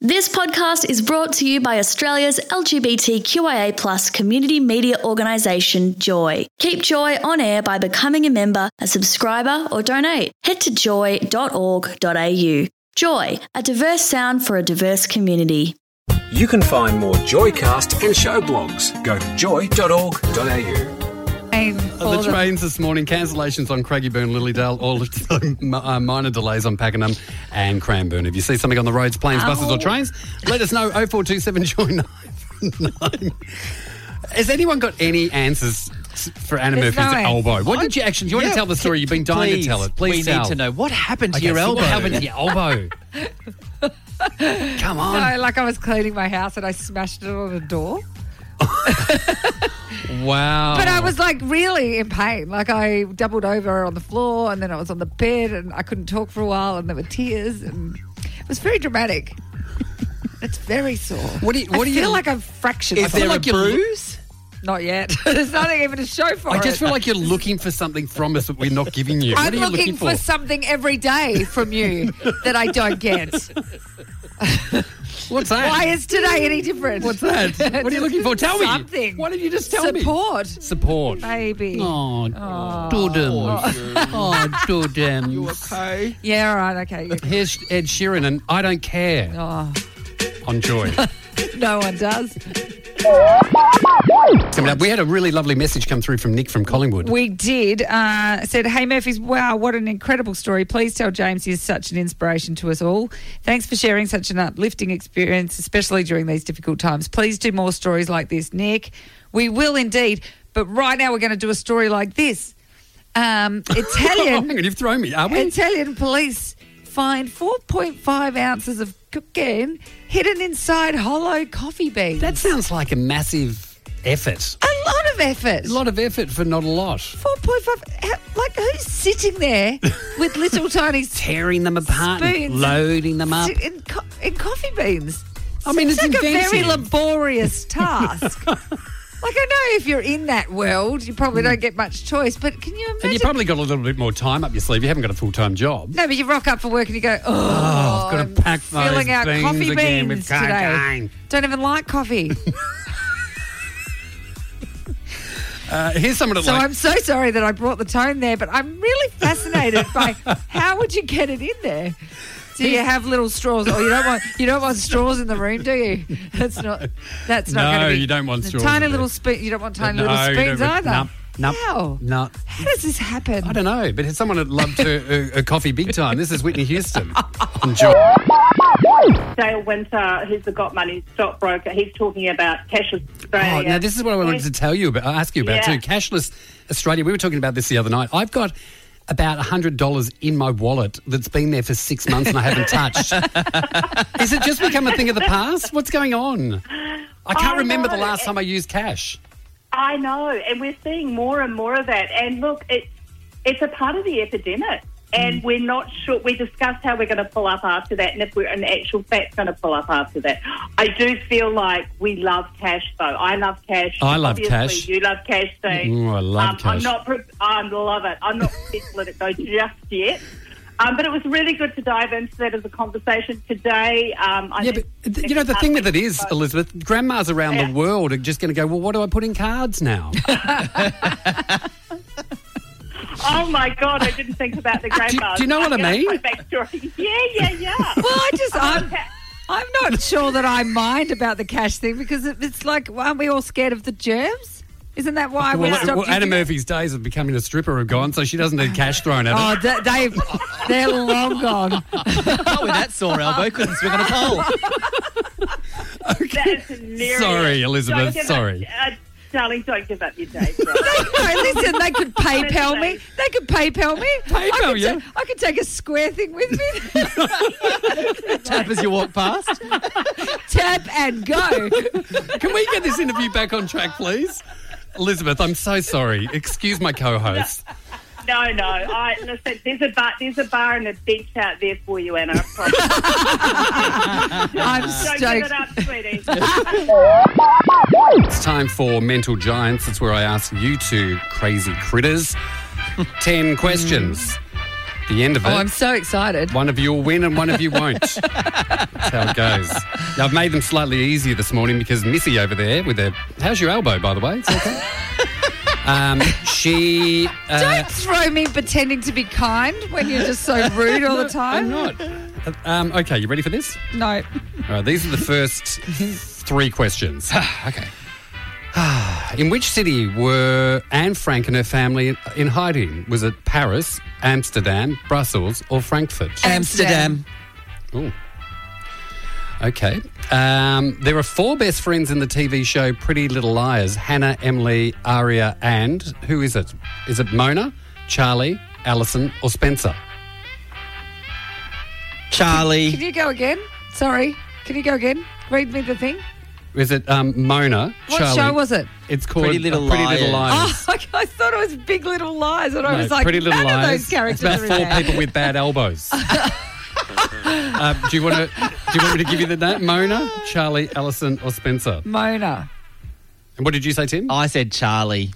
This podcast is brought to you by Australia's LGBTQIA plus community media organisation, Joy. Keep Joy on air by becoming a member, a subscriber, or donate. Head to joy.org.au. Joy, a diverse sound for a diverse community. You can find more Joycast and show blogs. Go to joy.org.au. Uh, the trains this morning, cancellations on Craigieburn, Lilydale, all of the m- uh, minor delays on Pakenham and Cranbourne. If you see something on the roads, planes, buses, Oh. or trains, let us know 0427 join 9. Has anyone got any answers s- for Anna There's Murphy's no answer. elbow? What did you actually? Do you want Yeah, to tell the story? You've been dying Please, to tell it. Please we tell. need to know what happened to Okay, your so elbow. What happened to your elbow? Come on. No, like I was cleaning my house and I smashed it on a door. Wow. But I was like really in pain. Like I doubled over on the floor and then I was on the bed and I couldn't talk for a while and there were tears and it was very dramatic. it's very sore. What do you- what I do you- feel like I'm fractured. I Is feel there like a you're- bruise? Not yet. There's nothing even to show for I it. just feel like you're looking for something from us that we're not giving you. what I'm are you looking, for? something every day from you that I don't get. What's that? Why is today any different? What's that? What are you looking for? Tell me. Something. Why don't you just tell me? Support. Support. Baby. Oh, Jordan. Oh, Jordan. You okay? Yeah, all right, okay. you- Here's Ed Sheeran and I Don't Care Oh, on Joy. no one does. Coming up, we had a really lovely message come through from Nick from Collingwood. We did. Uh, said, Hey, Murphy's, wow, what an incredible story. Please tell James he is such an inspiration to us all. Thanks for sharing such an uplifting experience, especially during these difficult times. Please do more stories like this, Nick. We will indeed. But right now, we're going to do a story like this um, oh, Italian. hang on, you've thrown me, are we? Italian police find 4.5 ounces of cocaine hidden inside hollow coffee beans. that sounds like a massive effort. a lot of effort. A lot of effort for not a lot. 4.5. how- Like, who's sitting there with little tiny spoons Tearing them apart, and Spoons. loading them up. in, co- in coffee beans? I mean, it's like a very inventive. laborious task. like, I know if you're in that world, you probably don't get much choice, but can you imagine? And you probably got a little bit more time up your sleeve. You haven't got a full time job. no, but you rock up for work and you go, oh, I've gotta pack those filling out beans coffee again beans with today. cocaine." Don't even like coffee. Uh, here's someone at So like I'm so sorry that I brought the tone there, but I'm really fascinated by how would you get it in there? Do you have little straws? Oh, you don't want you don't want straws in the room, do you? That's not that's not No, going to be. you don't want the straws Tiny in little there. spoon. You don't want tiny No, little you spoons don't- either. nope, nope, How? nope. How does this happen? I don't know, but it's someone that loved her, her, her coffee big time. This is Whitney Houston. Enjoy. Dale Winter, who's the Got Money stockbroker, he's talking about cashless Oh, Australia. now this is what I wanted to tell you about, uh, ask you about Yeah. too. Cashless Australia. We were talking about this the other night. I've got about hundred dollars in my wallet that's been there for six months and I haven't touched. Is it just become a thing of the past? What's going on? I can't I remember the know. last time I used cash. I know, and we're seeing more and more of that. And look, it's it's a part of the epidemic, and Mm. we're not sure. We discussed how we're going to pull up after that, and if we're in actual fact going to pull up after that. I do feel like we love cash, though. I love cash. I love Obviously, cash. You love cash, Steve. Ooh, I love um, cash. I'm not. Pre- I love it. I'm not prepared to let it go just yet. Um, but it was really good to dive into that as a conversation today. Um, I Yeah, think- but th- you know the thing with it is, Elizabeth, grandmas around Yeah. the world are just going to go. Well, what do I put in cards now? Oh my god, I didn't think about the you- grandmas. do you know what I I'm gonna mean? put back to- Yeah, yeah, yeah. Well, I just I'm, ca- I'm not sure that I mind about the cash thing because it, it's like aren't we all scared of the germs? Isn't that why we well, stopped? well, Anna using it? Murphy's days of becoming a stripper are gone, so she doesn't need cash thrown at her. Oh, they, they've they're long gone. Oh, Not with that sore elbow. Couldn't swing on a pole. that is hilarious. Sorry, Don't Elizabeth. give Sorry. Up, uh, darling, don't give up your day. bro. No, listen, they could PayPal me. They could PayPal me. I PayPal, could yeah. ta- I could take a square thing with me. Tap as you walk past. Tap and go. Can we get this interview back on track, please? Elizabeth, I'm so sorry. Excuse my co-host. no, no. I listen. There's a bar. There's a bar and a bench out there for you, Anna. I promise. I'm don't give stoked. it up, sweetie. It's time for Mental Giants. Hmm. It's where I ask you two crazy critters 10 questions. the end of it. Oh, I'm so excited. One of you will win and one of you won't. That's how it goes. Now, I've made them slightly easier this morning because Missy over there with her. How's your elbow, by the way? It's okay. um, she. Uh, Don't throw me pretending to be kind when you're just so rude all the I'm time. not. Um, okay, you ready for this? No. All right, these are the first three questions. Ah, okay. in which city were Anne Frank and her family in, in hiding? Was it Paris, Amsterdam, Brussels, or Frankfurt? Amsterdam. Amsterdam. Ooh. Okay. Um, there are four best friends in the TV show Pretty Little Liars Hannah, Emily, Aria, and who is it? Is it Mona, Charlie, Allison, or Spencer? Can Charlie. you go again? Sorry. Can you go again? Read me the thing. Is it um, Mona? What Charlie? show was it? It's called Pretty Little uh, Pretty Little Liars. Liars. Oh, I thought it was Big Little Lies, and I No, was like, Pretty Little none Lies. of those characters it's are about in four there. people with bad elbows. um, do you want to? Do you want me to give you the name? Mona, Charlie, Allison, or Spencer? Mona. And what did you say, Tim? I said Charlie.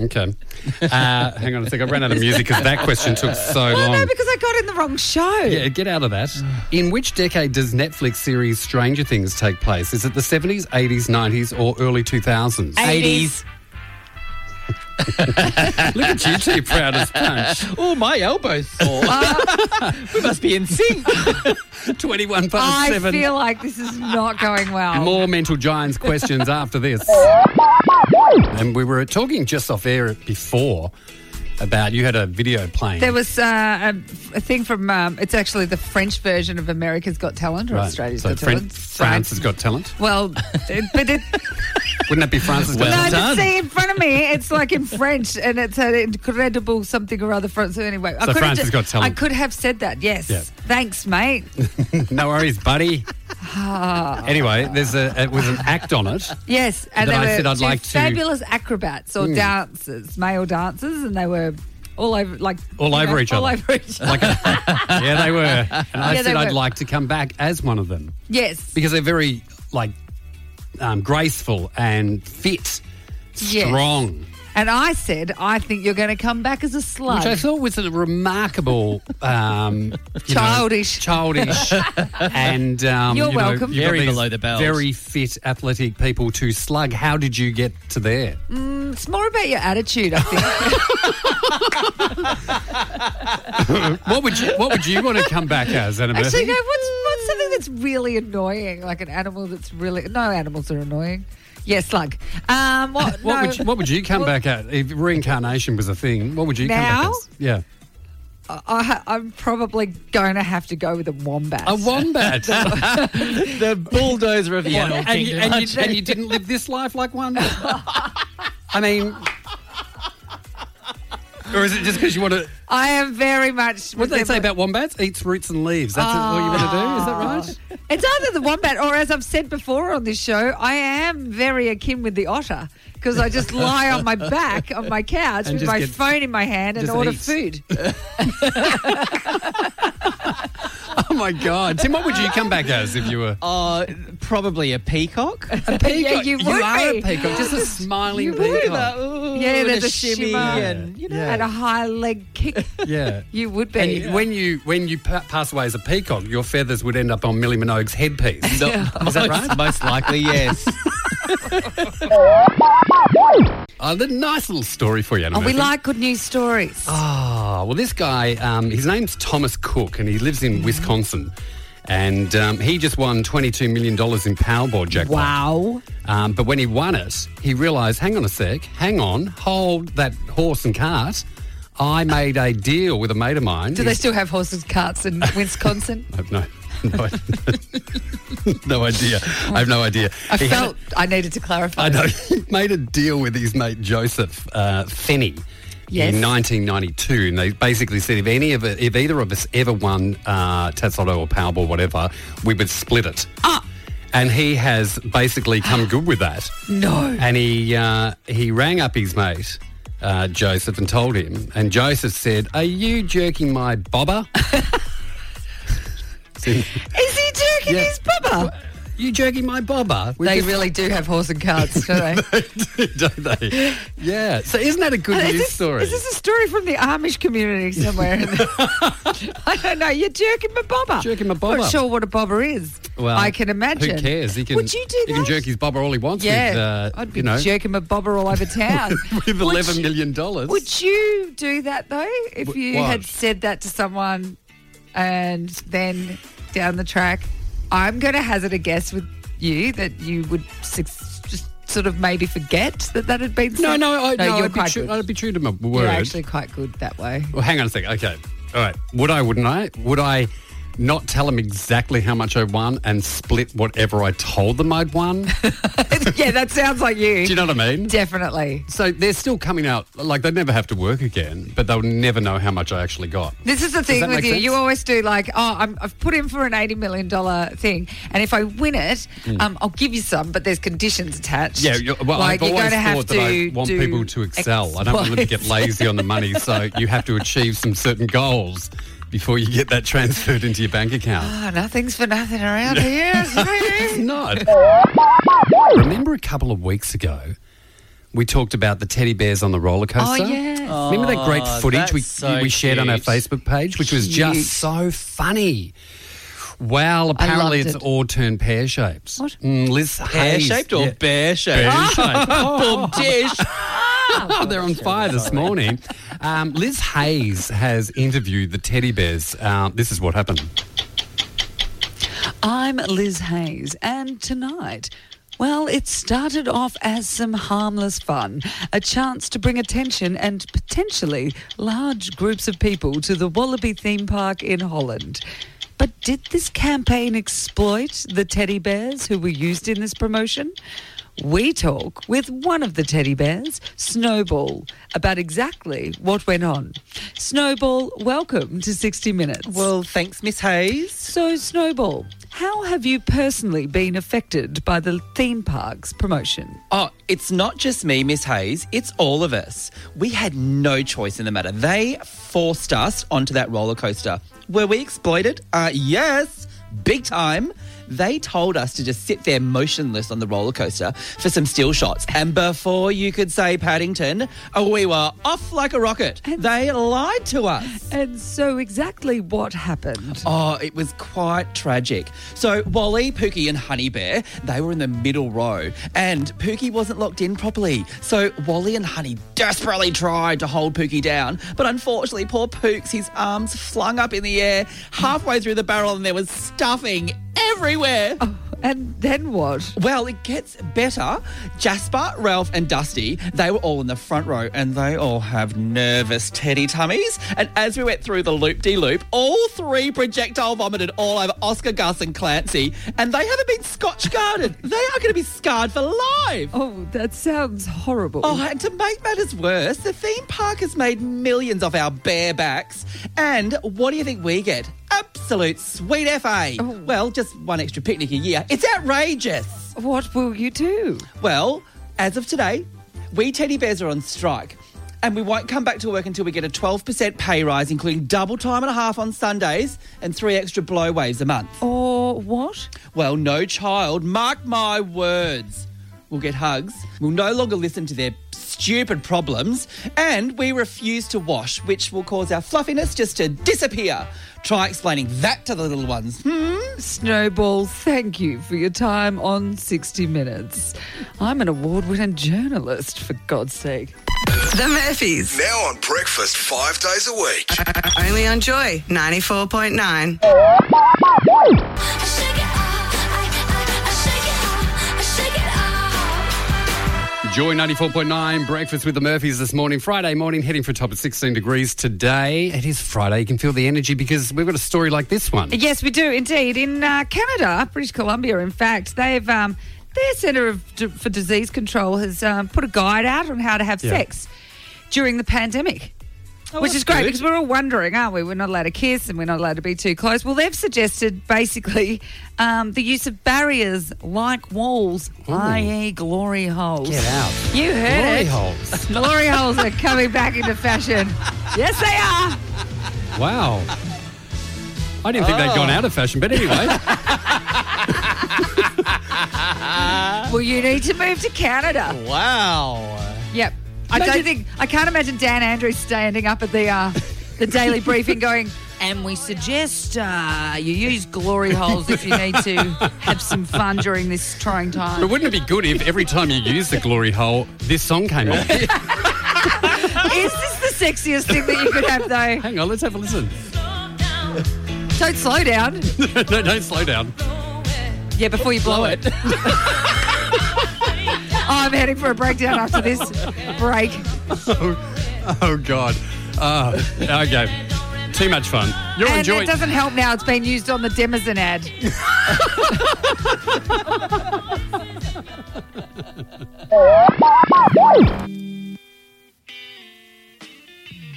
Okay. Uh, hang on a second. I ran out of music because that question took so Oh, long. no, because I got in the wrong show. yeah, get out of that. In which decade does Netflix series Stranger Things take place? Is it the 70s, 80s, 90s, or early 2000s? 80s. Look at you two, proudest punch. Oh, my elbow's sore. we must be in sync. 21 past I 7. feel like this is not going well. More mental giants questions after this. And we were talking just off air before about you had a video playing. There was uh, a, a thing from, um, it's actually the French version of America's Got Talent or Right. Australia's so Got Fran- Talent. France has got talent. Well, it- but it, Wouldn't that be France's Well no, got but done. see, in front of me, it's like in French, and it's an incredible something or other. French. So anyway, I So could France have has got talent. I could have said that. Yes. Yeah. Thanks, mate. talent? no worries, buddy. anyway, there's a it was an act on it. Yes, and Then they I were said I'd two like to- Hmm. fabulous acrobats or dancers, male dancers, and they were all over like All you over know, each all other. over each other. Like a, yeah, they were. And I Yeah, they said I'd were. like to come back as one of them. yes, because they're very like um, graceful and fit, Yes. strong. and I said I think you're going to come back as a slug. Which I thought was a remarkable, um, you know, Childish. childish, and um, You're you know, welcome. you've got Very these below the belt. Very fit, athletic people to slug. How did you get to there? it's more about your attitude, I think. What would you What would you want to come back as, Anna Murphy? Actually, no. What's what's something that's really annoying? Like an animal that's really no animals are annoying. Yeah, slug. Um, what? no. what would you, What would you come Well- back at if reincarnation was a thing? What would you come back Now? as? Yeah, I, ha- I'm probably going to have to go with a wombat. a wombat. the bulldozer of the What, animal and, you, kingdom. and you- and you didn't live this life like one? I mean. Or is it just because you want to? I am very much. What did they say resemble- about wombats? Eats roots and leaves. That's all you want to do. Is that right? It's either the wombat, or as I've said before on this show, I am very akin with the otter because I just lie on my back on my couch And with just my get- phone in my hand and just order eat. food. Ah. Oh my god, Tim! What would you come back as if you were? Uh, probably a peacock. Oh, Yeah, you would are be. a peacock, just a smiling You would. peacock. yeah, and there's a a shimmy shimmy and, and, you you know, and a high leg kick. Yeah. You would be. And you- when you when you pa- pass away as a peacock, your feathers would end up on Millie Minogue's headpiece. No, Is that right? Most, most likely, yes. Oh, the nice little story for you. Anna oh, we Murphy. like good news stories. Ah, well, this guy, um, his name's Thomas Cook, and he lives in Wisconsin. And um, he just won $22 million in Powerball jackpot. wow. Um, but when he won it, he realised, hang on a sec, hang on, hold that horse and cart. I made a deal with a mate of mine. Do they still have horses, carts in Wisconsin? I have no, no, no idea. I have no idea. I He had a- felt I needed to clarify. I know. He made a deal with his mate Joseph uh, Finney. Yes. In 1992, and they basically said if any of it, if either of us ever won uh, Tatsotto or Powerball, whatever, we would split it. Ah. And he has basically come good with that. No. And he uh, he rang up his mate uh, Joseph and told him, and Joseph said, "Are you jerking my bobber?" Is he jerking Yeah. his bubba? you jerking my bobber. We They just- really do have horse and carts, do they? don't they? Yeah. So isn't that a good Is news this, story? is this a story from the Amish community somewhere? I don't know. You're jerking my bobber. Jerking my bobber. Not sure what a bobber is. I can imagine. Who cares? He can, Would you do he that? can jerk his bobber all he wants Yeah, with, uh, I'd be you know, jerking my bobber all over town. with Would eleven you- million dollars. Would you do that though? If Wh- you what? had said that to someone, and then down the track, I'm going to hazard a guess with you that you would su- just sort of maybe forget that that had been. No, said. no, I, no, you're I'd, be quite true, good. I'd be true to my word. You're actually quite good that way. Well, hang on a second. Okay. All right. Would I, wouldn't I? Would I not tell them exactly how much I won and split whatever I told them I'd won? Do yeah, that sounds like you. you know what I mean? Definitely. So they're still coming out, like they'd never have to work again, but they'll never know how much I actually got. This is the that thing with make you. sense? You always do like, oh, I'm, I've put in for an eighty million dollar thing, and if I win it, um, I'll give you some, but there's conditions attached. Hmm. Yeah, you- well, I've you're always gonna thought that I want do people to excel. I don't want them to get X, lazy on the money, so you have to achieve some certain goals before you get that transferred into your bank account. Y. Oh, nothing's for nothing around here. is It's it? not. Remember a couple of weeks ago, we talked about the teddy bears on the roller oh coaster. yeah. Remember that great Oh, footage that's we, so we shared on our cute. Facebook page, which was Cute. just so funny. Wow, apparently loved it's it. all turned pear shaped. What? Mm, Liz Pear Hayes. shaped or Yeah. bear shaped? Pear shaped. Boom dish. Oh, they're on fire this morning. Um, Liz Hayes has interviewed the teddy bears. Um, this is what happened. I'm Liz Hayes, and tonight, well, it started off as some harmless fun, a chance to bring attention and potentially large groups of people to the Wallaby theme park in Holland. But did this campaign exploit the teddy bears who were used in this promotion? We talk with one of the teddy bears, Snowball, about exactly what went on. Snowball, welcome to 60 Minutes. Well, thanks, Miss Hayes. So, Snowball, how have you personally been affected by the theme park's promotion? Oh, it's not just me, Miss Hayes. It's all of us. We had no choice in the matter. They forced us onto that roller coaster. Were we exploited? Uh, yes, big time. They told us to just sit there motionless on the roller coaster for some still shots. And before you could say Paddington, oh, we were off like a rocket. And- They lied to us. And so, exactly what happened? Oh, it was quite tragic. So Wally, Pookie, and Honey Bear, they were in the middle row, and Pookie wasn't locked in properly. So Wally and Honey desperately tried to hold Pookie down, but unfortunately, poor Pooks, his arms flung up in the air halfway through the barrel, and there was stuffing everywhere. And then what? Well, it gets better. Jasper, Ralph, and Dusty, they were all in the front row and they all have nervous teddy tummies. And as we went through the loop de loop, all three projectile vomited all over Oscar, Gus, and Clancy. And they haven't been scotch guarded. they are going to be scarred for life. Oh, that sounds horrible. Oh, and to make matters worse, the theme park has made millions off our bare backs. And what do you think we get? Absolute sweet FA. Well, just one extra picnic a year. It's outrageous. what will you do? Well, as of today, we teddy bears are on strike. And we won't come back to work until we get a 12% pay rise, including double time and a half on Sundays and three extra blow waves a month. Or what? Well, no child, mark my words. We'll get hugs, we'll no longer listen to their stupid problems, and we refuse to wash, which will cause our fluffiness just to disappear. Try explaining that to the little ones. Hmm. Snowball, thank you for your time on 60 Minutes. I'm an award winning journalist, for God's sake. The Murphys. Now on breakfast five days a week. Only on Joy 94.9. I shake it off. I, I, I shake it off. I shake it off. Joy 94.9, breakfast with the Murphys this morning, Friday morning, heading for a top of 16 degrees today. It is Friday. You can feel the energy because we've got a story like this one. Yes, we do indeed. In uh, Canada, British Columbia, in fact, they've um, their Centre of D- for Disease Control has um, put a guide out on how to have Yeah. Oh, sex during the pandemic. Which that's is great good. because we're all wondering, aren't we? We're not allowed to kiss and we're not allowed to be too close. Well, they've suggested basically um, the use of barriers like walls, i.e., glory holes. Get out. You heard Glory it. holes. Glory holes are coming back into fashion. Yes, they are. Wow. I didn't think they'd gone out of fashion, but anyway. well, you need to move to Canada. Wow. Yep. I don't- don't think I can't imagine Dan Andrews standing up at the uh, the daily briefing going. And we suggest uh, you use glory holes if you need to have some fun during this trying But time. wouldn't it be good if every time you used the glory hole, this song came on? Is this the sexiest thing that you could have, though? Hang on, let's have a listen. Don't slow down. no, don't slow down. Yeah, before you blow it. I'm heading for a breakdown after this break. Oh God. Oh, okay. Too much fun. You're and enjoying. it doesn't help now. It's been used on the Demazen ad.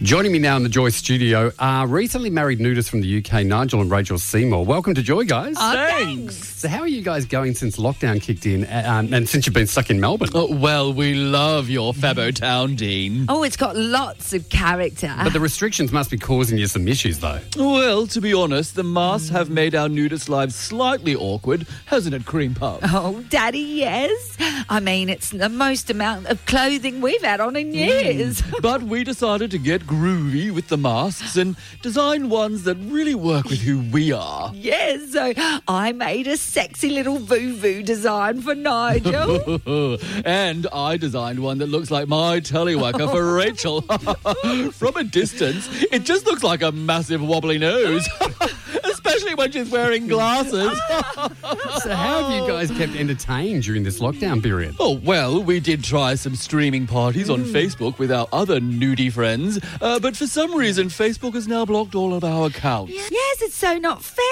Joining me now in the Joy Studio are recently married nudists from the UK, Nigel and Rachel Seymour. Welcome to Joy, guys. Uh, Thanks. so, how are you guys going since lockdown kicked in, um, and since you've been stuck in Melbourne? Oh, well, we love your Fabo Town, Dean. Oh, it's got lots of character. But the restrictions must be causing you some issues, though. Well, to be honest, the masks have made our nudist lives slightly awkward, hasn't it, Cream Puff? Oh, Daddy, yes. I mean, it's the most amount of clothing we've had on in years. But we decided to get groovy with the masks and design ones that really work with who we are. Yes, so I made a sexy little voo-voo design for Nigel. and I designed one that looks like my teleworker for Rachel. From a distance, it just looks like a massive wobbly nose, especially when she's wearing glasses. So, how have you guys kept entertained during this lockdown period? Oh, well, we did try some streaming parties on Facebook with our other nudie friends, uh, but for some reason, Facebook has now blocked all of our accounts. yes, it's so not fair.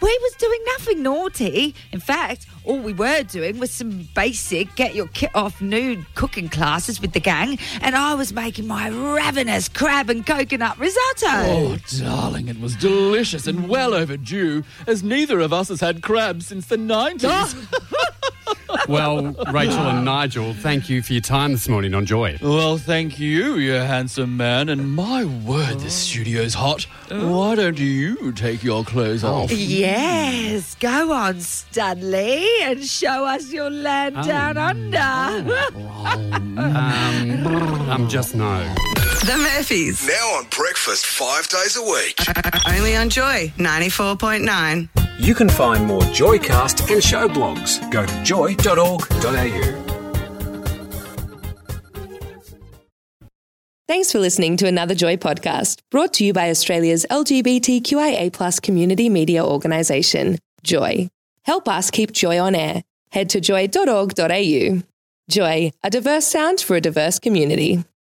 We was doing nothing naughty. In fact, all we were doing was some basic get your kit off nude cooking classes with the gang, and I was making my ravenous crab and coconut risotto. Oh, darling, it was delicious and well overdue, as neither of us has had crabs since the 90s. Well, Rachel and Nigel, thank you for your time this morning on Joy. well, thank you, you handsome man, and my word, this studio's hot. Why don't you take your clothes off? Yes, go on, Studley, and show us your land down under. Um, I'm just no. The Murphys. Now on breakfast five days a week. Only on Joy 94.9. You can find more Joycast and show blogs. Go to joy.org.au. Thanks for listening to another Joy podcast brought to you by Australia's LGBTQIA community media organisation, Joy. Help us keep Joy on air. Head to joy.org.au. Joy, a diverse sound for a diverse community.